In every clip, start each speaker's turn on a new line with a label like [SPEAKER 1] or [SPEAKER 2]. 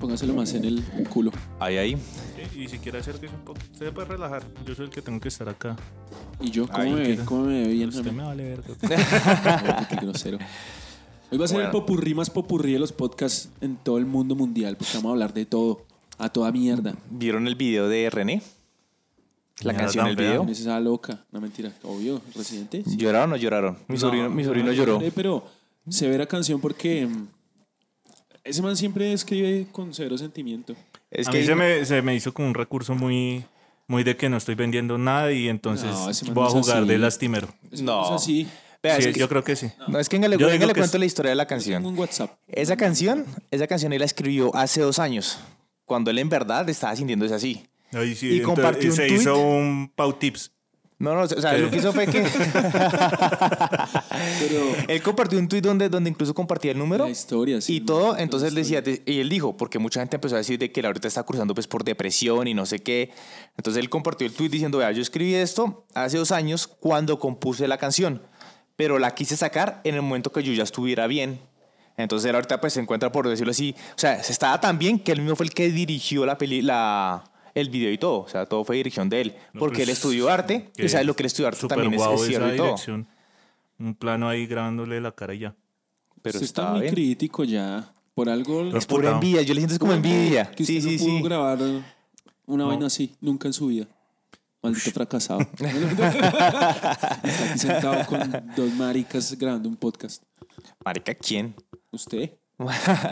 [SPEAKER 1] Póngaselo más en el culo.
[SPEAKER 2] Ahí, ahí.
[SPEAKER 3] eh, Y, y si quiere acérquese un poco, usted puede relajar. Yo soy el que tengo que estar acá.
[SPEAKER 1] Y yo, ¿cómo
[SPEAKER 2] Ay,
[SPEAKER 1] me ve?
[SPEAKER 3] qué-
[SPEAKER 1] ¿Cómo me ve bien?
[SPEAKER 3] Usted me vale verga.
[SPEAKER 1] Ay, qué grosero. Hoy va a ser el
[SPEAKER 2] Bueno.
[SPEAKER 1] popurrí más popurrí de los podcasts en todo el mundo mundial, porque vamos a hablar de todo, a toda mierda.
[SPEAKER 2] ¿Vieron el video de René? La
[SPEAKER 3] Mierda,
[SPEAKER 2] canción,
[SPEAKER 3] tan
[SPEAKER 2] el
[SPEAKER 3] fea.
[SPEAKER 2] video.
[SPEAKER 1] ¿Quién es esa loca? No, mentira. Obvio, residente. Sí.
[SPEAKER 2] ¿Lloraron o no lloraron? Mi
[SPEAKER 3] No,
[SPEAKER 2] sobrino, mi
[SPEAKER 3] no,
[SPEAKER 2] sobrino
[SPEAKER 3] no,
[SPEAKER 2] lloró.
[SPEAKER 1] Hombre, Pero severa canción porque mm, ese man siempre escribe con cero sentimiento.
[SPEAKER 2] Es
[SPEAKER 3] a
[SPEAKER 2] que
[SPEAKER 3] mí se me, se me hizo como un recurso muy, muy de que no estoy vendiendo nada y entonces
[SPEAKER 1] No, ese man
[SPEAKER 3] voy a
[SPEAKER 1] no es
[SPEAKER 3] jugar
[SPEAKER 1] así.
[SPEAKER 3] de lastimero.
[SPEAKER 1] Ese
[SPEAKER 2] No.
[SPEAKER 1] man Es así.
[SPEAKER 2] Vea,
[SPEAKER 3] Sí,
[SPEAKER 2] es que-
[SPEAKER 3] yo creo que sí.
[SPEAKER 2] no, es que venga, le-
[SPEAKER 3] Yo
[SPEAKER 2] venga,
[SPEAKER 3] digo
[SPEAKER 2] le
[SPEAKER 3] que
[SPEAKER 2] cuento
[SPEAKER 3] es-
[SPEAKER 2] la historia de la
[SPEAKER 1] Tengo
[SPEAKER 2] canción.
[SPEAKER 1] un WhatsApp.
[SPEAKER 2] Esa canción, esa canción él la escribió hace dos años, cuando él en verdad estaba sintiéndose así.
[SPEAKER 3] Ahí sí,
[SPEAKER 2] Y compartió un
[SPEAKER 3] se
[SPEAKER 2] tuit.
[SPEAKER 3] hizo un Pau Tips.
[SPEAKER 2] No, no, o sea, lo que hizo fue que
[SPEAKER 1] Pero
[SPEAKER 2] él compartió un tuit donde, donde incluso compartía el número.
[SPEAKER 1] la historia, sí.
[SPEAKER 2] Y todo, entonces él decía, de- y él dijo, porque mucha gente empezó a decir de que él ahorita está cruzando pues por depresión y no sé qué. Entonces él compartió el tweet diciendo, vea, yo escribí esto hace dos años cuando compuse la canción, pero la quise sacar en el momento que yo ya estuviera bien. Entonces él ahorita pues se encuentra, por decirlo así, o sea, se estaba tan bien que él mismo fue el que dirigió la peli, la, el video y todo, o sea, todo fue dirección de él,
[SPEAKER 3] No,
[SPEAKER 2] porque
[SPEAKER 3] pues,
[SPEAKER 2] él estudió arte, y
[SPEAKER 3] que
[SPEAKER 2] sabes lo que él estudió arte
[SPEAKER 3] súper
[SPEAKER 2] también es,
[SPEAKER 3] guau
[SPEAKER 2] es cierto
[SPEAKER 3] esa
[SPEAKER 2] y todo.
[SPEAKER 3] dirección. Un plano ahí grabándole la cara y ya.
[SPEAKER 2] Pero
[SPEAKER 1] Usted está
[SPEAKER 2] estaba
[SPEAKER 1] muy
[SPEAKER 2] bien.
[SPEAKER 1] crítico ya. Por algo.
[SPEAKER 2] Es pura
[SPEAKER 3] Puta.
[SPEAKER 2] envidia, yo le siento es como envidia.
[SPEAKER 1] Que usted
[SPEAKER 2] Sí,
[SPEAKER 1] no
[SPEAKER 2] sí,
[SPEAKER 1] pudo
[SPEAKER 2] sí.
[SPEAKER 1] grabar una vaina así, nunca en su vida. Maldito fracasado. Está aquí sentado con dos maricas grabando un podcast.
[SPEAKER 2] Marica, ¿quién?
[SPEAKER 1] Usted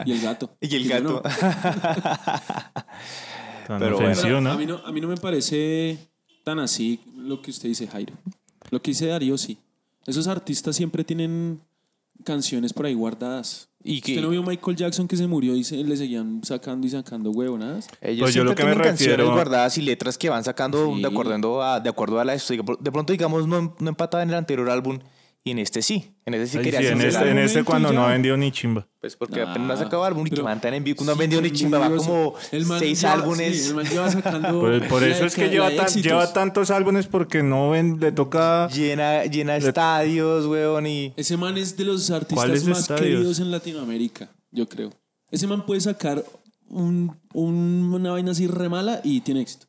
[SPEAKER 1] y el gato.
[SPEAKER 2] Y el
[SPEAKER 1] yo no.
[SPEAKER 3] Pues
[SPEAKER 2] gato.
[SPEAKER 3] Tan
[SPEAKER 2] Pero
[SPEAKER 1] Pero
[SPEAKER 2] bueno.
[SPEAKER 3] ofensivo, ¿no?
[SPEAKER 1] a, mí no, a mí no me parece tan así lo que usted dice, Jairo. Lo que dice Darío, sí. Esos artistas siempre tienen canciones por ahí guardadas.
[SPEAKER 2] Y que-
[SPEAKER 1] ¿Usted no vio Michael Jackson que se murió y se- le seguían sacando y sacando huevonadas?
[SPEAKER 2] Ellos
[SPEAKER 3] Pues yo
[SPEAKER 2] siempre
[SPEAKER 3] lo que me
[SPEAKER 2] tienen canciones
[SPEAKER 3] refiero-
[SPEAKER 2] guardadas y letras que van sacando
[SPEAKER 1] Sí.
[SPEAKER 2] de, acuerdo a, de acuerdo a la historia. De pronto, digamos, no, no empataba en el anterior álbum y en este sí. En este sí
[SPEAKER 3] Ay,
[SPEAKER 2] quería
[SPEAKER 3] sí, en
[SPEAKER 2] hacer el
[SPEAKER 3] este, en
[SPEAKER 2] álbum.
[SPEAKER 3] este
[SPEAKER 1] momento
[SPEAKER 3] cuando
[SPEAKER 1] y
[SPEAKER 3] no
[SPEAKER 1] ya.
[SPEAKER 3] ha vendido ni chimba.
[SPEAKER 2] Pues porque
[SPEAKER 1] Nah,
[SPEAKER 2] apenas sacaba álbum y que
[SPEAKER 1] Ah. pero-
[SPEAKER 2] van tan en vivo que no
[SPEAKER 1] Sí,
[SPEAKER 2] han vendido ni
[SPEAKER 1] qué
[SPEAKER 2] chimba. Va
[SPEAKER 1] envidioso.
[SPEAKER 2] como
[SPEAKER 1] El man
[SPEAKER 2] seis
[SPEAKER 1] lleva-
[SPEAKER 2] álbumes.
[SPEAKER 1] sí, el man lleva sacando
[SPEAKER 3] Por, por
[SPEAKER 1] la
[SPEAKER 3] eso es que
[SPEAKER 1] década-
[SPEAKER 3] lleva,
[SPEAKER 1] la
[SPEAKER 3] tan-
[SPEAKER 1] éxitos.
[SPEAKER 3] lleva tantos álbumes porque no ven, le toca...
[SPEAKER 2] Llena, llena estadios, weón. Y
[SPEAKER 1] Ese man es de los artistas
[SPEAKER 3] ¿Cuáles
[SPEAKER 1] más
[SPEAKER 3] estadios?
[SPEAKER 1] queridos en Latinoamérica, yo creo. Ese man puede sacar un- un- una vaina así re mala y tiene éxito.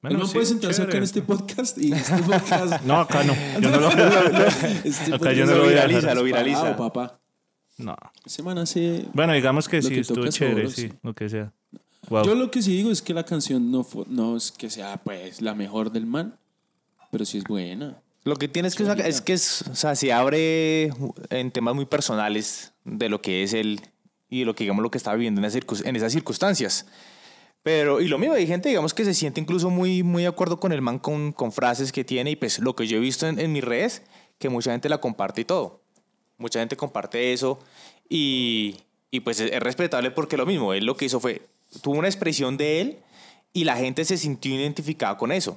[SPEAKER 3] Bueno,
[SPEAKER 1] el man
[SPEAKER 3] sí,
[SPEAKER 1] puede sentarse acá
[SPEAKER 3] chévere.
[SPEAKER 1] en este podcast y este podcast.
[SPEAKER 3] No, acá no. Yo no lo...
[SPEAKER 1] este
[SPEAKER 3] acá
[SPEAKER 1] podcast
[SPEAKER 3] yo no
[SPEAKER 1] es
[SPEAKER 3] lo voy a dejar.
[SPEAKER 2] viraliza, lo viraliza.
[SPEAKER 1] disparado, Ah, papá.
[SPEAKER 3] no.
[SPEAKER 1] Ese man hace.
[SPEAKER 3] Bueno, digamos que
[SPEAKER 1] Lo
[SPEAKER 3] sí,
[SPEAKER 1] que
[SPEAKER 3] estuvo
[SPEAKER 1] toca es
[SPEAKER 3] chévere,
[SPEAKER 1] oro,
[SPEAKER 3] sí,
[SPEAKER 1] sí.
[SPEAKER 3] lo que sea. Wow.
[SPEAKER 1] Yo lo que sí digo es que la canción no, fue- no es que sea pues la mejor del man, pero sí es buena.
[SPEAKER 2] lo que tienes que sacar es que es, o sea, se abre en temas muy personales de lo que es él y de lo que digamos lo que está viviendo en, las circun- en esas circunstancias. Pero, y lo mismo, hay gente, digamos, que se siente incluso muy, muy de acuerdo con el man con, con frases que tiene y pues lo que yo he visto en, en mis redes, que mucha gente la comparte y todo. Mucha gente comparte eso y, y, pues es, es respetable porque lo mismo, él lo que hizo fue, tuvo una expresión de él y la gente se sintió identificada con eso.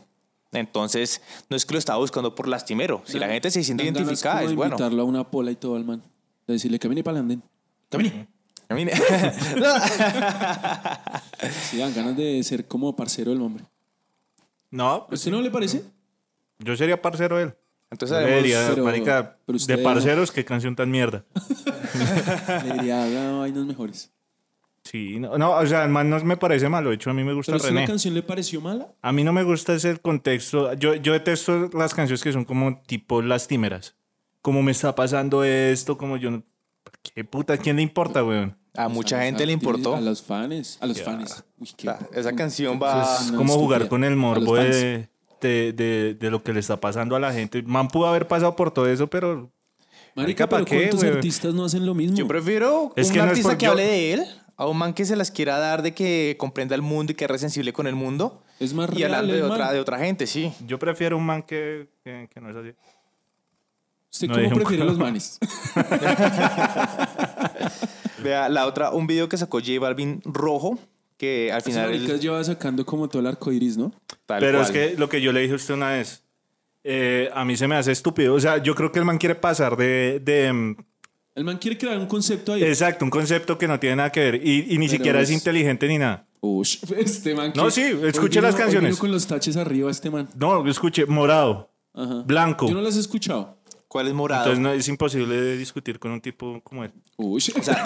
[SPEAKER 2] Entonces, no es que lo estaba buscando por lastimero, si la
[SPEAKER 1] Dan-
[SPEAKER 2] gente se siente
[SPEAKER 1] dan ganas
[SPEAKER 2] identificada,
[SPEAKER 1] como
[SPEAKER 2] es
[SPEAKER 1] de
[SPEAKER 2] bueno.
[SPEAKER 1] invitarlo a una pola y todo al man. De decirle, camine para el andén. Camine.
[SPEAKER 2] A mí-
[SPEAKER 1] Sí, dan ganas de ser como parcero del hombre.
[SPEAKER 3] No,
[SPEAKER 2] Ah,
[SPEAKER 1] ¿A usted no le parece?
[SPEAKER 3] yo sería parcero de él.
[SPEAKER 2] Entonces,
[SPEAKER 3] Yo le
[SPEAKER 2] además,
[SPEAKER 3] diría,
[SPEAKER 1] pero-
[SPEAKER 3] marica,
[SPEAKER 1] pero usted
[SPEAKER 3] de
[SPEAKER 1] no.
[SPEAKER 3] parceros, qué canción tan mierda.
[SPEAKER 1] Le diría, haga vainas mejores.
[SPEAKER 3] Sí, no, no, o sea, el man no me parece malo. De hecho, a mí me gusta
[SPEAKER 1] ¿Pero si una
[SPEAKER 3] René.
[SPEAKER 1] canción le pareció mala?
[SPEAKER 3] A mí no me gusta ese contexto. Yo, yo detesto las canciones que son como tipo lastimeras. Como me está pasando esto, como yo no... ¿Qué puta? ¿Quién le importa, weón?
[SPEAKER 2] a mucha
[SPEAKER 1] pues A los
[SPEAKER 2] gente le
[SPEAKER 1] artistas,
[SPEAKER 2] importó.
[SPEAKER 1] A los fans. A los fans. Uy,
[SPEAKER 2] O
[SPEAKER 1] qué-
[SPEAKER 2] sea, esa canción va...
[SPEAKER 3] es
[SPEAKER 1] no,
[SPEAKER 3] como jugar
[SPEAKER 1] estúpida.
[SPEAKER 3] con el morbo
[SPEAKER 1] A los
[SPEAKER 3] de, de, de- de lo que le está pasando a la gente. Man pudo haber pasado por todo eso, pero
[SPEAKER 1] Marica,
[SPEAKER 3] Marica,
[SPEAKER 1] ¿pero
[SPEAKER 3] ¿pa' qué,
[SPEAKER 1] cuántos
[SPEAKER 3] weón?
[SPEAKER 1] artistas no hacen lo mismo?
[SPEAKER 2] Yo prefiero
[SPEAKER 3] Mm. Es
[SPEAKER 2] un
[SPEAKER 3] que no es
[SPEAKER 2] artista
[SPEAKER 3] por-
[SPEAKER 2] que
[SPEAKER 3] yo-
[SPEAKER 2] hable de él a un man que se las quiera dar de que comprenda el mundo y que es sensible con el mundo.
[SPEAKER 1] Es más
[SPEAKER 2] y
[SPEAKER 1] real
[SPEAKER 2] hablando de
[SPEAKER 1] el
[SPEAKER 2] otra,
[SPEAKER 1] man.
[SPEAKER 2] de otra gente, sí.
[SPEAKER 3] yo prefiero un man que, que- que no es así.
[SPEAKER 1] ¿Usted
[SPEAKER 3] No
[SPEAKER 1] cómo
[SPEAKER 3] dije un
[SPEAKER 1] prefiere
[SPEAKER 3] culo.
[SPEAKER 1] los manes?
[SPEAKER 2] Vea, la otra, un video que sacó J Balvin rojo, que al
[SPEAKER 1] Las
[SPEAKER 2] final...
[SPEAKER 1] maricas lleva sacando como todo el arco iris, ¿no?
[SPEAKER 2] tal
[SPEAKER 3] Pero es
[SPEAKER 2] cual.
[SPEAKER 3] que lo que yo le dije a usted una vez, eh, a mí se me hace estúpido. O sea, yo creo que el man quiere pasar de... de, mm,
[SPEAKER 1] El man quiere crear un concepto ahí.
[SPEAKER 3] exacto, un concepto que no tiene nada que ver y, y ni
[SPEAKER 1] Pero
[SPEAKER 3] siquiera es
[SPEAKER 1] es-
[SPEAKER 3] inteligente ni nada.
[SPEAKER 1] Ush, este man.
[SPEAKER 3] No,
[SPEAKER 1] que-
[SPEAKER 3] sí,
[SPEAKER 1] hoy
[SPEAKER 3] escuché las
[SPEAKER 1] vino- hoy
[SPEAKER 3] canciones.
[SPEAKER 1] vino con los taches arriba este man.
[SPEAKER 3] No, escuche, morado,
[SPEAKER 1] Ajá.
[SPEAKER 3] blanco,
[SPEAKER 1] Yo no las he escuchado.
[SPEAKER 2] ¿Cuál es morado?
[SPEAKER 3] Entonces no, es imposible discutir con un tipo como él.
[SPEAKER 1] Uy, o sea,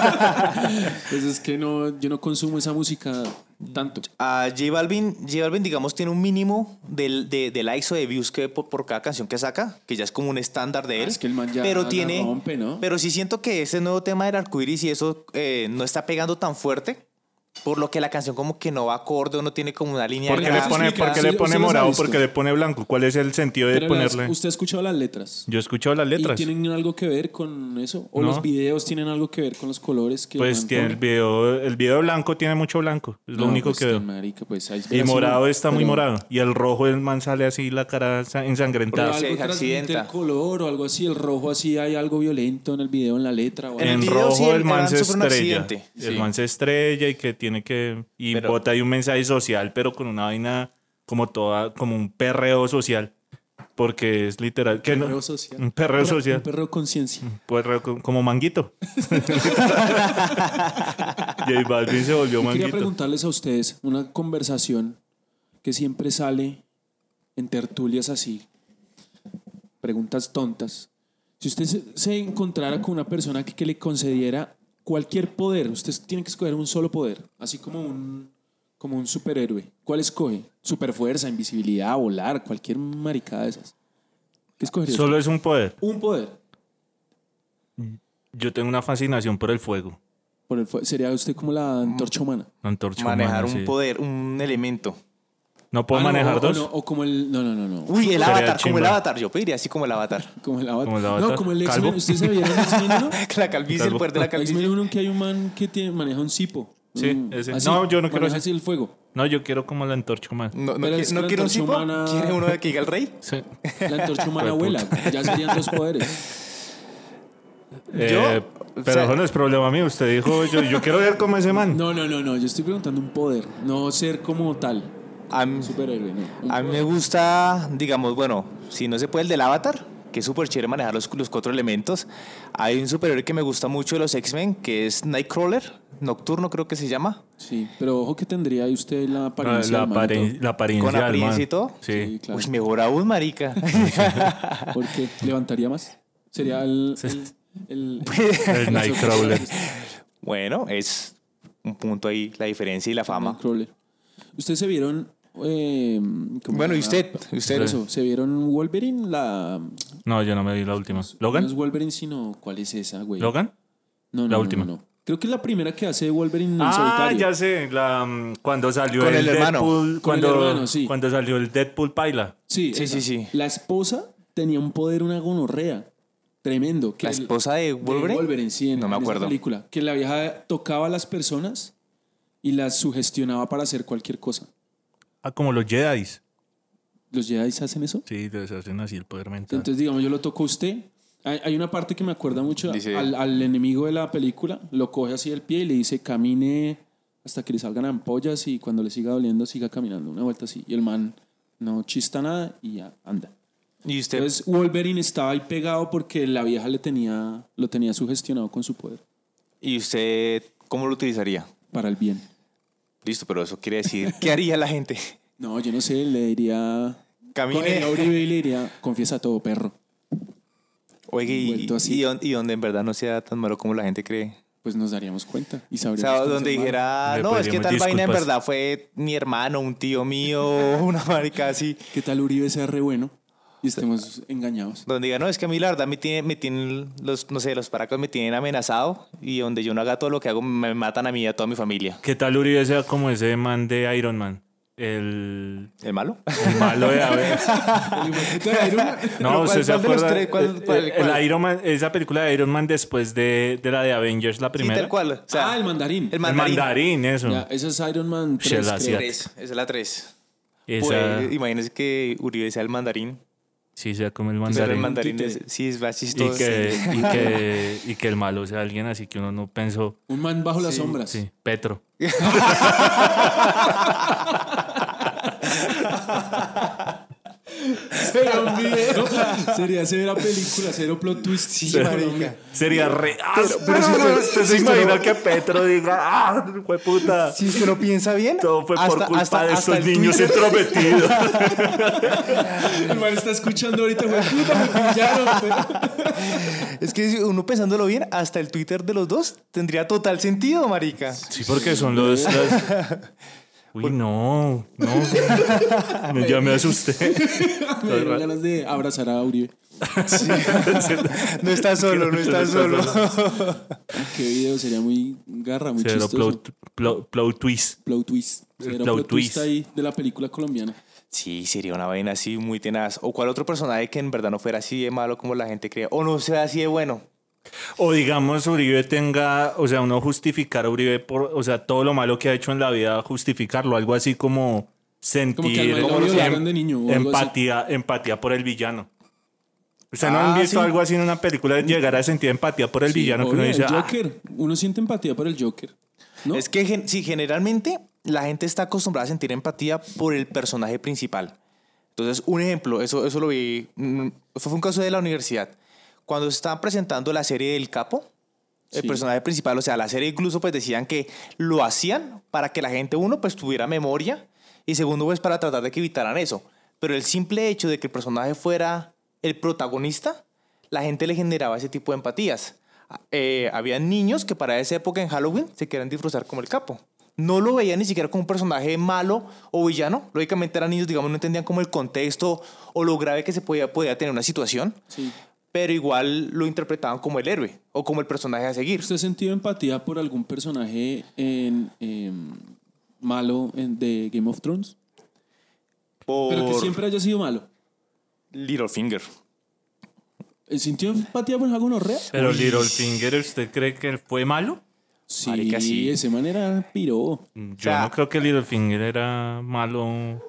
[SPEAKER 1] pues es que no, yo no consumo esa música tanto.
[SPEAKER 2] A J Balvin, J Balvin, digamos, tiene un mínimo del, de, del ISO de views que por, por cada canción que saca, que ya Ah, es como un estándar de él.
[SPEAKER 1] es que el man ya
[SPEAKER 2] pero
[SPEAKER 1] la
[SPEAKER 2] tiene,
[SPEAKER 1] rompe, ¿no?
[SPEAKER 2] Pero sí siento que ese nuevo tema del arcoiris y eso eh, no está pegando tan fuerte, por lo que la canción como que no va acorde o no tiene como una línea
[SPEAKER 3] ¿Por qué le
[SPEAKER 1] acá
[SPEAKER 2] gráfica.
[SPEAKER 3] pone,
[SPEAKER 1] explica,
[SPEAKER 3] por qué le
[SPEAKER 1] sí,
[SPEAKER 3] pone
[SPEAKER 1] ustedes han
[SPEAKER 3] morado?
[SPEAKER 1] visto.
[SPEAKER 3] ¿Por qué le pone blanco? ¿Cuál es el sentido de
[SPEAKER 1] Pero las-
[SPEAKER 3] ponerle?
[SPEAKER 1] usted ha escuchado las letras.
[SPEAKER 3] Yo he escuchado las letras.
[SPEAKER 1] ¿Y tienen algo que ver con eso? ¿O
[SPEAKER 3] No.
[SPEAKER 1] los videos tienen algo que ver con los colores que
[SPEAKER 3] Pues
[SPEAKER 1] van
[SPEAKER 3] tiene el
[SPEAKER 1] poniendo?
[SPEAKER 3] video, el video blanco tiene mucho blanco. Es lo
[SPEAKER 1] No,
[SPEAKER 3] único
[SPEAKER 1] pues,
[SPEAKER 3] que veo.
[SPEAKER 1] tan marica, pues, ahí
[SPEAKER 3] Y
[SPEAKER 1] sí,
[SPEAKER 3] morado está muy
[SPEAKER 1] pero-
[SPEAKER 3] morado. Y el rojo, el man sale así la cara sa-
[SPEAKER 1] Pero
[SPEAKER 3] ensangrentada.
[SPEAKER 2] Se
[SPEAKER 1] algo transmite
[SPEAKER 2] accidenta.
[SPEAKER 1] el color o algo así, el rojo así, hay algo violento en el video, en la letra. o
[SPEAKER 2] En
[SPEAKER 1] algo.
[SPEAKER 2] el
[SPEAKER 3] En
[SPEAKER 2] video
[SPEAKER 3] rojo
[SPEAKER 2] sí, el
[SPEAKER 3] el man
[SPEAKER 2] man
[SPEAKER 3] se
[SPEAKER 2] sufre un
[SPEAKER 3] estrella.
[SPEAKER 2] accidente.
[SPEAKER 1] Sí.
[SPEAKER 3] El man se estrella y que tiene que... Y
[SPEAKER 2] Pero-
[SPEAKER 3] bota ahí un mensaje social, pero con una vaina como toda... Como un perreo social. Porque es literal... Que
[SPEAKER 1] Un
[SPEAKER 3] no-
[SPEAKER 1] perreo social.
[SPEAKER 3] Un perreo
[SPEAKER 1] Pero-
[SPEAKER 3] social.
[SPEAKER 1] Un perreo conciencia.
[SPEAKER 3] perreo co- como manguito. J Balvin se volvió
[SPEAKER 1] Yo quería
[SPEAKER 3] manguito.
[SPEAKER 1] preguntarles a ustedes una conversación que siempre sale en tertulias así, preguntas tontas. Si usted se- se encontrara con una persona que, que le concediera cualquier poder, usted tiene que escoger un solo poder, así como un, como un superhéroe. ¿Cuál escoge? Superfuerza, invisibilidad, volar, cualquier maricada de esas. ¿Qué escogería?
[SPEAKER 3] Solo es un poder.
[SPEAKER 1] usted? Un poder.
[SPEAKER 3] Yo tengo una fascinación por el fuego.
[SPEAKER 1] Por el fue- sería usted como la antorcha humana.
[SPEAKER 3] La antorcha
[SPEAKER 2] Manejar
[SPEAKER 3] humana,
[SPEAKER 2] un
[SPEAKER 3] sí.
[SPEAKER 2] poder, un elemento.
[SPEAKER 3] No puedo
[SPEAKER 1] Ah, no,
[SPEAKER 3] manejar
[SPEAKER 1] o- o
[SPEAKER 3] dos.
[SPEAKER 1] no, o como el. No, no, no, no.
[SPEAKER 2] Uy, el
[SPEAKER 3] Sería
[SPEAKER 2] avatar, como el
[SPEAKER 3] chimba.
[SPEAKER 2] avatar, yo pediría así como el avatar.
[SPEAKER 1] Como el avatar.
[SPEAKER 3] Como el avatar.
[SPEAKER 1] No, como el
[SPEAKER 3] Calvo.
[SPEAKER 1] X-Men. ¿Ustedes se vieron X-Men 1?
[SPEAKER 2] La calvicie, el
[SPEAKER 3] Calvo.
[SPEAKER 2] poder de la
[SPEAKER 1] X-Men
[SPEAKER 2] calvicie.
[SPEAKER 1] 1 que hay un man que tiene, maneja un cipo.
[SPEAKER 3] Sí,
[SPEAKER 1] Mm,
[SPEAKER 3] ese.
[SPEAKER 1] así,
[SPEAKER 3] No, yo no quiero
[SPEAKER 1] maneja
[SPEAKER 3] ese.
[SPEAKER 1] así el fuego.
[SPEAKER 3] No, yo quiero como la antorcha humana.
[SPEAKER 2] No, no,
[SPEAKER 1] Pero
[SPEAKER 2] qui-
[SPEAKER 1] es
[SPEAKER 2] no
[SPEAKER 1] que la
[SPEAKER 2] quiere un
[SPEAKER 1] antorcha
[SPEAKER 2] cipo,
[SPEAKER 1] humana-
[SPEAKER 2] quiere uno de que diga el rey.
[SPEAKER 3] Sí.
[SPEAKER 1] La antorcha humana abuela. Ya serían dos poderes.
[SPEAKER 3] Eh,
[SPEAKER 2] o
[SPEAKER 3] pero
[SPEAKER 2] sea-
[SPEAKER 3] eso no es problema mío. Usted dijo, yo, yo quiero ver como ese man.
[SPEAKER 1] No, no, no, no. Yo estoy preguntando un poder. No ser como tal.
[SPEAKER 2] A mí-
[SPEAKER 1] Superhéroe, no. Un
[SPEAKER 2] a mí me
[SPEAKER 1] poder.
[SPEAKER 2] gusta, digamos, bueno, si no se puede el del avatar, que es súper chévere manejar los, los cuatro elementos. Hay un superhéroe que me gusta mucho de los X-Men, que es Nightcrawler, Nocturno creo que se llama.
[SPEAKER 1] Sí, pero ojo que tendría ahí usted la
[SPEAKER 3] La,
[SPEAKER 1] apariencia.
[SPEAKER 3] la
[SPEAKER 1] del man y
[SPEAKER 3] aparen- la apariencia.
[SPEAKER 2] Con
[SPEAKER 3] del
[SPEAKER 2] apariencia
[SPEAKER 3] man.
[SPEAKER 2] y todo.
[SPEAKER 3] Sí.
[SPEAKER 1] Sí. Claro.
[SPEAKER 2] Pues mejor aún, marica.
[SPEAKER 1] todo. Porque levantaría más. Sería el. el- el-
[SPEAKER 3] El Nightcrawler.
[SPEAKER 2] bueno, es un punto ahí, la diferencia y la fama.
[SPEAKER 1] Nightcrawler. ¿Ustedes se vieron. eh, ¿cómo
[SPEAKER 2] Bueno,
[SPEAKER 1] se
[SPEAKER 2] ¿y
[SPEAKER 1] llama?
[SPEAKER 2] usted? ¿Y usted?
[SPEAKER 1] Eso, ¿Se vieron Wolverine? La,
[SPEAKER 3] No, yo no me vi la última.
[SPEAKER 1] No es
[SPEAKER 3] ¿Logan?
[SPEAKER 1] Wolverine, sino ¿cuál es esa, güey?
[SPEAKER 3] ¿Logan?
[SPEAKER 1] No, no,
[SPEAKER 3] La
[SPEAKER 1] no,
[SPEAKER 3] última.
[SPEAKER 1] no, no. Creo que es la primera que hace Wolverine en
[SPEAKER 3] ah,
[SPEAKER 1] solitario.
[SPEAKER 3] ya sé. La, mm, cuando salió
[SPEAKER 2] Con
[SPEAKER 3] el,
[SPEAKER 2] el hermano.
[SPEAKER 3] Deadpool.
[SPEAKER 1] Con el
[SPEAKER 3] Cuando,
[SPEAKER 1] hermano, sí.
[SPEAKER 3] cuando salió el Deadpool Paila.
[SPEAKER 1] Sí,
[SPEAKER 2] Sí,
[SPEAKER 1] esa.
[SPEAKER 2] sí, sí.
[SPEAKER 1] La esposa tenía un poder, una gonorrea tremendo. Que
[SPEAKER 2] ¿La
[SPEAKER 1] el-
[SPEAKER 2] esposa de Wolverine?
[SPEAKER 1] sí, en,
[SPEAKER 2] No me
[SPEAKER 1] en esa
[SPEAKER 2] acuerdo.
[SPEAKER 1] película. Que la vieja tocaba a las personas y las sugestionaba para hacer cualquier cosa.
[SPEAKER 3] Ah, como los Jedi.
[SPEAKER 1] ¿Los Jedi hacen eso?
[SPEAKER 3] Sí, les hacen así el poder mental.
[SPEAKER 1] Entonces, digamos, yo lo toco a usted. Hay, hay una parte que me acuerda mucho
[SPEAKER 2] Dice-
[SPEAKER 1] al, al enemigo de la película. Lo coge así del pie y le dice, camine hasta que le salgan ampollas y cuando le siga doliendo, siga caminando una vuelta así. Y el man no chista nada y ya anda.
[SPEAKER 2] ¿Y usted?
[SPEAKER 1] Entonces, Wolverine estaba ahí pegado porque la vieja le tenía, lo tenía sugestionado con su poder
[SPEAKER 2] ¿Y usted cómo lo utilizaría?
[SPEAKER 1] para el bien.
[SPEAKER 2] Listo, pero eso quiere decir, ¿qué haría la gente?
[SPEAKER 1] No, yo no sé, le diría...
[SPEAKER 2] Camine.
[SPEAKER 1] Cogería a Uribe y le diría, confiesa todo, perro.
[SPEAKER 2] Oye, y,
[SPEAKER 1] Vuelto así.
[SPEAKER 2] y don- y donde en verdad no sea tan malo como la gente cree.
[SPEAKER 1] Pues nos daríamos cuenta y
[SPEAKER 2] O
[SPEAKER 1] sabríamos...
[SPEAKER 2] sea,
[SPEAKER 1] cómo
[SPEAKER 2] donde
[SPEAKER 1] ser malo.
[SPEAKER 2] dijera,
[SPEAKER 3] Le
[SPEAKER 2] no, es que
[SPEAKER 3] pediríamos
[SPEAKER 2] tal vaina en
[SPEAKER 3] disculpas.
[SPEAKER 2] verdad fue mi hermano, un tío mío, una marica así.
[SPEAKER 1] ¿Qué tal Uribe sea re bueno y estemos engañados?
[SPEAKER 2] Donde diga, no, es que a mí la verdad me tienen, me tienen los, no sé, los paracos me tienen amenazado y donde yo no haga todo lo que hago me matan a mí y a toda mi familia.
[SPEAKER 3] ¿Qué tal Uribe sea como ese man de Iron Man? El,
[SPEAKER 2] ¿El malo?
[SPEAKER 3] el malo de Abe-
[SPEAKER 2] Pero
[SPEAKER 3] No,
[SPEAKER 2] ¿cuál-
[SPEAKER 3] usted se
[SPEAKER 2] cuál de los
[SPEAKER 3] acuerda.
[SPEAKER 2] tres? ¿Cuál-
[SPEAKER 3] eh,
[SPEAKER 2] cuál-
[SPEAKER 3] eh,
[SPEAKER 2] cuál?
[SPEAKER 3] el Iron Man, esa película de Iron Man después de, de la de Avengers, la
[SPEAKER 2] Sí,
[SPEAKER 3] primera.
[SPEAKER 2] tal cual. O sea,
[SPEAKER 1] ah, el mandarín.
[SPEAKER 2] el
[SPEAKER 3] El
[SPEAKER 2] mandarín.
[SPEAKER 3] mandarín, eso.
[SPEAKER 1] Ya, ese es Iron Man 3.
[SPEAKER 3] Shell
[SPEAKER 1] creo.
[SPEAKER 3] Asia.
[SPEAKER 2] Tres, esa es la 3.
[SPEAKER 3] Esa-
[SPEAKER 2] imagínense que Uribe sea el mandarín.
[SPEAKER 3] sí, sea como el
[SPEAKER 2] Ser el
[SPEAKER 3] mandarín.
[SPEAKER 2] mandarín
[SPEAKER 1] Títere.
[SPEAKER 2] es- sí, es más
[SPEAKER 3] Y
[SPEAKER 2] chistoso.
[SPEAKER 3] que, y, que, y que el malo sea alguien así que uno no pensó.
[SPEAKER 1] Un man bajo las sombras.
[SPEAKER 3] Sí, Petro.
[SPEAKER 1] Sería un video. Sería severa película, cero plot twist. Sí,
[SPEAKER 2] marica.
[SPEAKER 3] Sería re.
[SPEAKER 2] pero si usted-
[SPEAKER 3] usted se
[SPEAKER 2] si usted
[SPEAKER 3] imagina
[SPEAKER 2] no-
[SPEAKER 3] que Petro diga, ah, fue puta.
[SPEAKER 2] Si usted lo piensa bien,
[SPEAKER 3] Todo fue por
[SPEAKER 2] hasta-
[SPEAKER 3] culpa
[SPEAKER 2] hasta-
[SPEAKER 3] de
[SPEAKER 2] hasta
[SPEAKER 3] estos
[SPEAKER 2] el
[SPEAKER 3] niños
[SPEAKER 2] Twitter-
[SPEAKER 3] entrometidos.
[SPEAKER 1] El man está escuchando ahorita, güey, puta, me pillaron. güey.
[SPEAKER 2] Es que si uno pensándolo bien, hasta el Twitter de los dos tendría total sentido, marica.
[SPEAKER 3] Sí, porque son los. las- Uy, no, no. Me- Ya me asusté.
[SPEAKER 1] Me dieron ganas de abrazar a Uribe.
[SPEAKER 2] No está solo, no está solo.
[SPEAKER 1] Qué video, sería muy garra, muy
[SPEAKER 3] Cero
[SPEAKER 1] chistoso.
[SPEAKER 3] plot, plot- plot twist.
[SPEAKER 1] Plot twist.
[SPEAKER 3] El
[SPEAKER 1] Cero
[SPEAKER 3] plot
[SPEAKER 1] plot, twist.
[SPEAKER 3] twist.
[SPEAKER 1] ahí de la película colombiana.
[SPEAKER 2] Sí, sería una vaina así muy tenaz. ¿O cuál otro personaje que en verdad no fuera así de malo como la gente cree? O no sea así de bueno.
[SPEAKER 3] O digamos, Uribe tenga, o sea, uno justificar a Uribe por, o sea, todo lo malo que ha hecho en la vida, justificarlo, algo así como
[SPEAKER 1] Como que al
[SPEAKER 3] sentir
[SPEAKER 1] man lo
[SPEAKER 2] Como los-
[SPEAKER 1] violaron de niño. o algo así.
[SPEAKER 3] empatía, empatía por el villano. O sea, ¿no
[SPEAKER 2] Ah,
[SPEAKER 3] han visto
[SPEAKER 2] sí.
[SPEAKER 3] algo así en una película de llegar a sentir empatía por el
[SPEAKER 1] Sí,
[SPEAKER 3] villano que
[SPEAKER 1] obvio,
[SPEAKER 3] uno dice,
[SPEAKER 1] el
[SPEAKER 3] "Ah,
[SPEAKER 1] Joker. Uno siente empatía por el Joker. ¿No?
[SPEAKER 2] Es que gen- sí, generalmente la gente está acostumbrada a sentir empatía por el personaje principal. Entonces, un ejemplo, eso, eso lo vi, mm, fue un caso de la universidad. Cuando estaban presentando la serie del Capo, el
[SPEAKER 1] Sí.
[SPEAKER 2] personaje principal, o sea, la serie incluso pues decían que lo hacían para que la gente, uno, pues tuviera memoria y segundo, pues para tratar de que evitaran eso. Pero el simple hecho de que el personaje fuera el protagonista, la gente le generaba ese tipo de empatías. Eh, había niños que para esa época en Halloween se querían disfrazar como el capo. No lo veían ni siquiera como un personaje malo o villano. Lógicamente eran niños, digamos, no entendían como el contexto o lo grave que se podía, podía tener una situación,
[SPEAKER 1] Sí.
[SPEAKER 2] pero igual lo interpretaban como el héroe o como el personaje a seguir.
[SPEAKER 1] ¿Usted ha sentido empatía por algún personaje en, em, malo en- de Game of Thrones?
[SPEAKER 2] Por
[SPEAKER 1] Pero que siempre haya sido malo.
[SPEAKER 2] Littlefinger.
[SPEAKER 1] ¿Eh, ¿Sintió empatía por alguno real?
[SPEAKER 3] Pero Littlefinger, ¿usted cree que fue malo?
[SPEAKER 1] Sí,
[SPEAKER 2] Marica, sí.
[SPEAKER 1] ese man era piró.
[SPEAKER 3] Yo
[SPEAKER 2] sea-
[SPEAKER 3] no creo que Littlefinger era malo.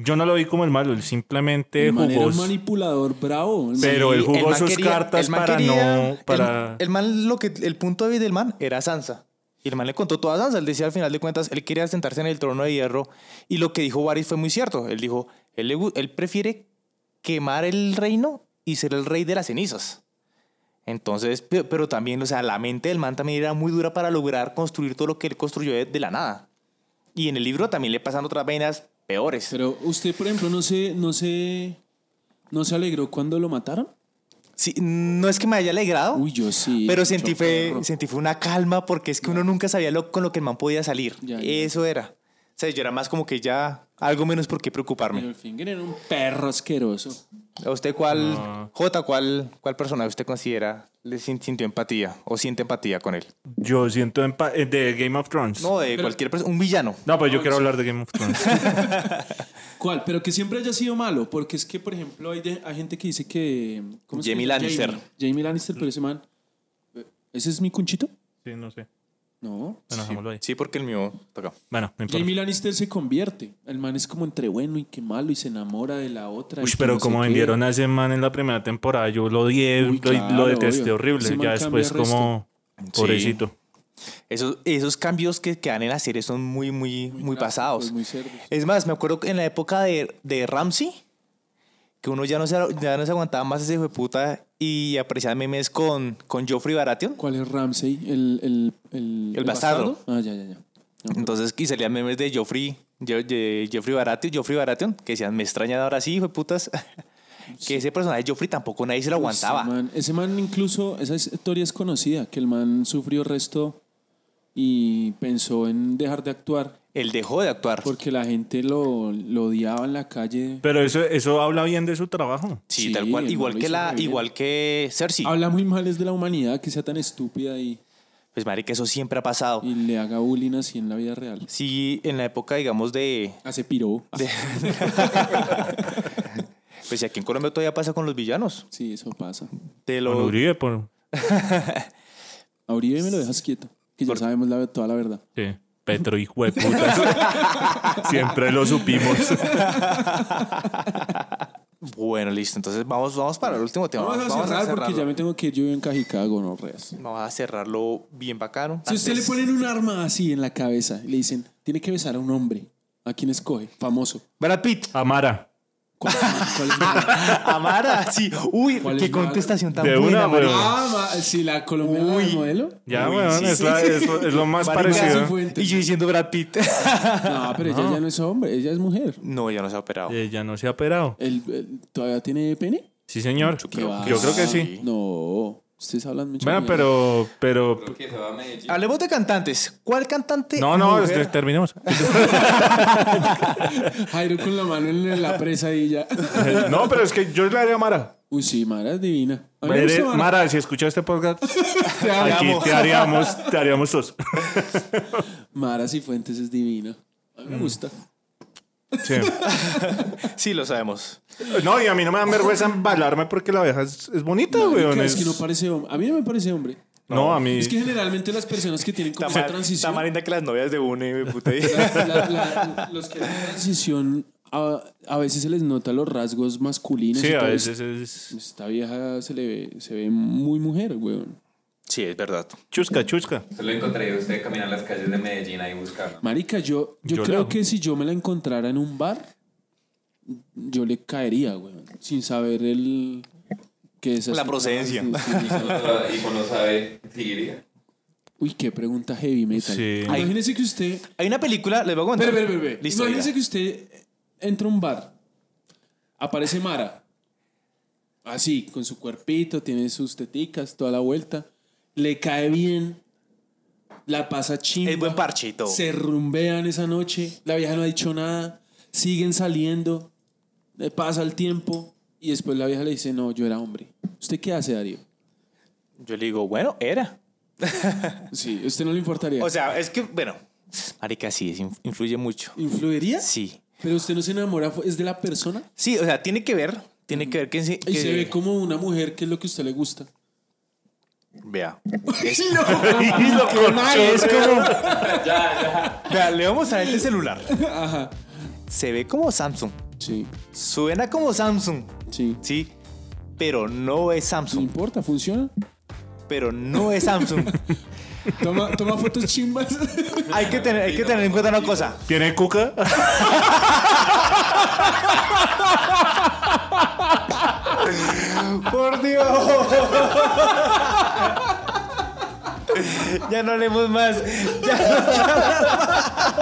[SPEAKER 3] Yo no lo vi como el malo, él simplemente
[SPEAKER 1] El man era
[SPEAKER 3] jugó.
[SPEAKER 1] un manipulador bravo. El man-
[SPEAKER 3] Pero él
[SPEAKER 2] el
[SPEAKER 3] jugó
[SPEAKER 2] man
[SPEAKER 3] sus
[SPEAKER 2] quería-
[SPEAKER 3] cartas
[SPEAKER 2] el man
[SPEAKER 3] para
[SPEAKER 2] quería-
[SPEAKER 3] no.
[SPEAKER 2] el-
[SPEAKER 3] Para...
[SPEAKER 2] El, man, lo que, el punto de vista del man era Sansa. Y el man le contó todo a Sansa. Él decía al final de cuentas, él quería sentarse en el trono de hierro. Y lo que dijo Varys fue muy cierto. Él dijo, él, le gu- él prefiere quemar el reino y ser el rey de las cenizas. Entonces, pe- pero, también, o sea, la mente del man también era muy dura para lograr construir todo lo que él construyó de, de la nada. Y en el libro también le pasan otras vainas peores.
[SPEAKER 1] Pero usted, por ejemplo, no se, no se, no se alegró cuando lo mataron.
[SPEAKER 2] Sí, no es que me haya alegrado.
[SPEAKER 1] Uy, yo sí.
[SPEAKER 2] Pero sentí
[SPEAKER 1] mucho
[SPEAKER 2] fue,
[SPEAKER 1] perro.
[SPEAKER 2] sentí fue una calma porque es que uno nunca sabía lo, con lo que el man podía salir.
[SPEAKER 1] Ya, ya.
[SPEAKER 2] Eso era. O sea, yo era más como que ya algo menos por qué preocuparme.
[SPEAKER 1] Littlefinger era un perro asqueroso.
[SPEAKER 2] ¿A usted cuál,
[SPEAKER 3] No.
[SPEAKER 2] Jota, cuál, cuál personaje usted considera le sin- sintió empatía o siente empatía con él?
[SPEAKER 3] Yo siento empa- eh, de Game of Thrones. No,
[SPEAKER 2] No, de cualquier persona, un villano.
[SPEAKER 3] pues yo quiero hablar de Game of Thrones.
[SPEAKER 1] ¿Cuál? Pero que siempre haya sido malo, porque es que, por ejemplo, hay, de- hay gente que dice que... ¿cómo se
[SPEAKER 2] Jamie
[SPEAKER 1] llama?
[SPEAKER 2] Lannister.
[SPEAKER 1] Jamie, Jamie Lannister, pero ese man... eh, ¿Ese es mi cunchito?
[SPEAKER 3] sí, no sé.
[SPEAKER 1] No.
[SPEAKER 3] Bueno, dejémoslo ahí.
[SPEAKER 2] Sí, porque el mío toca.
[SPEAKER 3] Bueno, no importa.
[SPEAKER 1] Jamie Lannister se convierte. El man es como entre bueno y que malo y se enamora de la otra.
[SPEAKER 3] Uy,
[SPEAKER 1] y que
[SPEAKER 3] pero
[SPEAKER 1] no sé
[SPEAKER 3] como
[SPEAKER 1] qué.
[SPEAKER 3] vendieron a ese man en la primera temporada, yo lo odié,
[SPEAKER 1] Uy,
[SPEAKER 3] lo- lo,
[SPEAKER 1] claro,
[SPEAKER 3] detesté
[SPEAKER 1] obvio. Ese
[SPEAKER 3] horrible.
[SPEAKER 1] man
[SPEAKER 3] Ya
[SPEAKER 1] cambia
[SPEAKER 3] después
[SPEAKER 1] resto.
[SPEAKER 3] como pobrecito.
[SPEAKER 2] Esos, esos cambios que, que dan en la serie son muy, muy, muy,
[SPEAKER 1] Gráficos,
[SPEAKER 2] pasados.
[SPEAKER 1] Ah, pues muy cerdos.
[SPEAKER 2] Es más, me acuerdo que en la época de, de Ramsey, que uno ya no, se, ya no se aguantaba más ese hijo de puta y apreciaba memes con, con Joffrey Baratheon.
[SPEAKER 1] ¿Cuál es Ramsey? El, el, el,
[SPEAKER 2] El bastardo.
[SPEAKER 1] Ah, ya, ya, ya.
[SPEAKER 2] Entonces, y salían memes de Joffrey, Je- Je- Joffrey Baratheon, Joffrey Baratheon, que decían, me extrañan ahora sí, hijo de putas. que ese personaje de Joffrey tampoco nadie se lo aguantaba.
[SPEAKER 1] Ese man, ese man incluso, esa historia es conocida, que el man sufrió resto y pensó en dejar de actuar
[SPEAKER 2] Él dejó de actuar.
[SPEAKER 1] porque la gente lo, lo odiaba en la calle.
[SPEAKER 3] Pero eso, eso habla bien de su trabajo.
[SPEAKER 2] Sí,
[SPEAKER 1] Sí,
[SPEAKER 2] tal cual.
[SPEAKER 1] el
[SPEAKER 2] Igual
[SPEAKER 1] man lo
[SPEAKER 2] que,
[SPEAKER 1] hizo
[SPEAKER 2] la,
[SPEAKER 1] re bien.
[SPEAKER 2] igual que Cersei.
[SPEAKER 1] Habla muy mal es de la humanidad que sea tan estúpida y,
[SPEAKER 2] Pues, madre, que eso siempre ha pasado.
[SPEAKER 1] y le haga bullying así en la vida real. Ah,
[SPEAKER 2] Sí, en la época, digamos, de,
[SPEAKER 1] Hace piro.
[SPEAKER 2] Pues si aquí en Colombia todavía pasa con los villanos.
[SPEAKER 1] Sí, eso pasa.
[SPEAKER 2] Te
[SPEAKER 3] Con
[SPEAKER 2] lo...
[SPEAKER 3] Uribe, por...
[SPEAKER 1] A Uribe me lo dejas quieto, que ya sabemos la, toda la verdad.
[SPEAKER 3] sí. Petro, hijo de puta. Siempre lo supimos.
[SPEAKER 2] Bueno, listo. Entonces vamos, vamos para el último tema.
[SPEAKER 1] Vamos a cerrar porque ya
[SPEAKER 2] cerrarlo.
[SPEAKER 1] me tengo que ir yo en Cajicago, no reas.
[SPEAKER 2] Vamos a cerrarlo bien bacano.
[SPEAKER 1] Si a usted le
[SPEAKER 2] Antes-
[SPEAKER 1] ponen un arma así en la cabeza y le dicen, tiene que besar a un hombre, ¿a quién escoge? Famoso.
[SPEAKER 2] Brad Pitt.
[SPEAKER 3] Amara.
[SPEAKER 1] ¿Cuál, cuál es la-
[SPEAKER 2] Amara, sí. Uy,
[SPEAKER 1] ¿Cuál
[SPEAKER 2] qué
[SPEAKER 1] es la-
[SPEAKER 2] contestación tan
[SPEAKER 3] De una,
[SPEAKER 2] buena, María.
[SPEAKER 3] weón.
[SPEAKER 1] Ah, ma- si la colombiana del modelo.
[SPEAKER 3] Ya,
[SPEAKER 2] Uy,
[SPEAKER 3] weón,
[SPEAKER 2] sí,
[SPEAKER 3] es,
[SPEAKER 2] sí,
[SPEAKER 3] la-
[SPEAKER 2] sí.
[SPEAKER 3] es lo, es lo más
[SPEAKER 2] Marica,
[SPEAKER 1] Parece
[SPEAKER 3] parecido.
[SPEAKER 1] fue- Fuentes.
[SPEAKER 2] Y yo diciendo Brad Pitt.
[SPEAKER 1] No, pero ella ya no es hombre, ella es mujer.
[SPEAKER 2] no, ya no se ha operado.
[SPEAKER 3] Ella Eh, no se ha operado.
[SPEAKER 1] ¿El, el- todavía tiene pene?
[SPEAKER 3] Sí, señor.
[SPEAKER 2] Yo
[SPEAKER 1] ¿Qué va?
[SPEAKER 2] creo,
[SPEAKER 3] Yo creo que sí.
[SPEAKER 1] No, ustedes hablan mucho.
[SPEAKER 3] Bueno,
[SPEAKER 1] mierda.
[SPEAKER 3] pero, pero...
[SPEAKER 2] Hablemos de cantantes. ¿Cuál cantante?
[SPEAKER 3] No, no,
[SPEAKER 2] mujer?
[SPEAKER 3] este, terminemos.
[SPEAKER 1] Jairo con la mano en la presa y ya.
[SPEAKER 3] No, pero es que yo le haría a Mara.
[SPEAKER 1] Uy, sí, Mara es divina. A mí me
[SPEAKER 3] Eres-
[SPEAKER 1] gusta Mara.
[SPEAKER 3] Mara, si escuchas este podcast,
[SPEAKER 1] Te amo.
[SPEAKER 3] aquí
[SPEAKER 2] amo.
[SPEAKER 3] te haríamos, te haríamos sos.
[SPEAKER 1] Mara Cifuentes es divina. A mí me gusta.
[SPEAKER 3] Sí.
[SPEAKER 1] este-
[SPEAKER 2] Sí, lo sabemos.
[SPEAKER 3] No, y a mí no me dan vergüenza embalarme porque la abeja es, es bonita, weón.
[SPEAKER 1] Marica,
[SPEAKER 3] Es,
[SPEAKER 1] es que no parece hombre. A mí no me parece hombre.
[SPEAKER 3] no, a mí.
[SPEAKER 1] Es que generalmente las personas que tienen como
[SPEAKER 2] Está
[SPEAKER 1] esa
[SPEAKER 2] mal, está
[SPEAKER 1] transición,
[SPEAKER 2] más linda que las novias de UNE, puta.
[SPEAKER 1] la- la- los que tienen transición, a, a veces se les nota los rasgos masculinos. y
[SPEAKER 3] sí, a
[SPEAKER 1] todo.
[SPEAKER 3] veces es.
[SPEAKER 1] Esta vieja se le ve, se ve muy mujer, weón.
[SPEAKER 2] Sí, es verdad.
[SPEAKER 3] Chusca, chusca.
[SPEAKER 4] Solo encontraría a usted caminar las calles de Medellín ahí buscando.
[SPEAKER 1] Marica, yo, yo,
[SPEAKER 3] Yo
[SPEAKER 1] creo
[SPEAKER 3] la-
[SPEAKER 1] que si yo me la encontrara en un bar, yo le caería, weón. Sin saber el... Que es
[SPEAKER 2] La procedencia.
[SPEAKER 4] Y cuando sabe, seguiría.
[SPEAKER 1] Uy, qué pregunta heavy metal.
[SPEAKER 3] Sí.
[SPEAKER 1] Imagínese que usted...
[SPEAKER 2] Hay una película, les voy a contar.
[SPEAKER 1] Pero, pero, pero, pero.
[SPEAKER 2] Listo,
[SPEAKER 1] Imagínese
[SPEAKER 2] diga.
[SPEAKER 1] que usted entra a un bar, aparece Mara, así, con su cuerpito, tiene sus teticas, toda la vuelta, le cae bien, la pasa chimba.
[SPEAKER 2] Es buen parche y todo.
[SPEAKER 1] Se rumbean esa noche, la vieja no ha dicho nada, siguen saliendo, le pasa el tiempo y después la vieja le dice, no, yo era hombre. ¿Usted qué hace, Darío?
[SPEAKER 2] Yo le digo, bueno, era.
[SPEAKER 1] Sí, ¿usted no le importaría?
[SPEAKER 2] O sea, es que, bueno, marica, sí, es inf- influye mucho.
[SPEAKER 1] ¿Influiría?
[SPEAKER 2] Sí.
[SPEAKER 1] Pero usted no se enamora, fue- es de la persona.
[SPEAKER 2] Sí, o sea, tiene que ver, tiene que ver que...
[SPEAKER 1] Y se
[SPEAKER 2] que-
[SPEAKER 1] ve como una mujer que es lo que a usted le gusta.
[SPEAKER 2] Vea.
[SPEAKER 1] Ah,
[SPEAKER 3] Y lo corchó,
[SPEAKER 2] es
[SPEAKER 3] weón.
[SPEAKER 2] como... Vea, le vamos a este celular. Se ve como Samsung.
[SPEAKER 1] Sí,
[SPEAKER 2] Suena como Samsung.
[SPEAKER 1] sí.
[SPEAKER 2] Sí. Pero no es
[SPEAKER 1] No
[SPEAKER 2] Samsung.
[SPEAKER 1] importa, funciona.
[SPEAKER 2] Pero no es Samsung.
[SPEAKER 1] Toma, toma fotos chimbas.
[SPEAKER 2] hay, que tener, hay que tener en cuenta una cosa.
[SPEAKER 3] ¿Tiene cuca?
[SPEAKER 2] ¡Por Dios! ya no hablemos más.
[SPEAKER 4] Voy a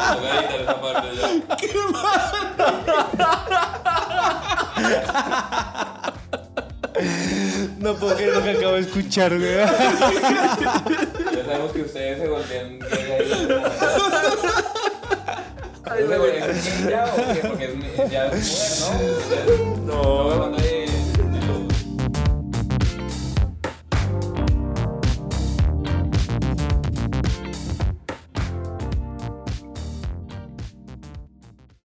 [SPEAKER 4] editar esa parte ya.
[SPEAKER 2] No puedo creer lo que acabo de escuchar, weón.
[SPEAKER 4] Ya sabemos que ustedes se volvían gay ahí. ¿Se volvían gay ya o qué? Porque es mi- ya es mujer, ¿no? No.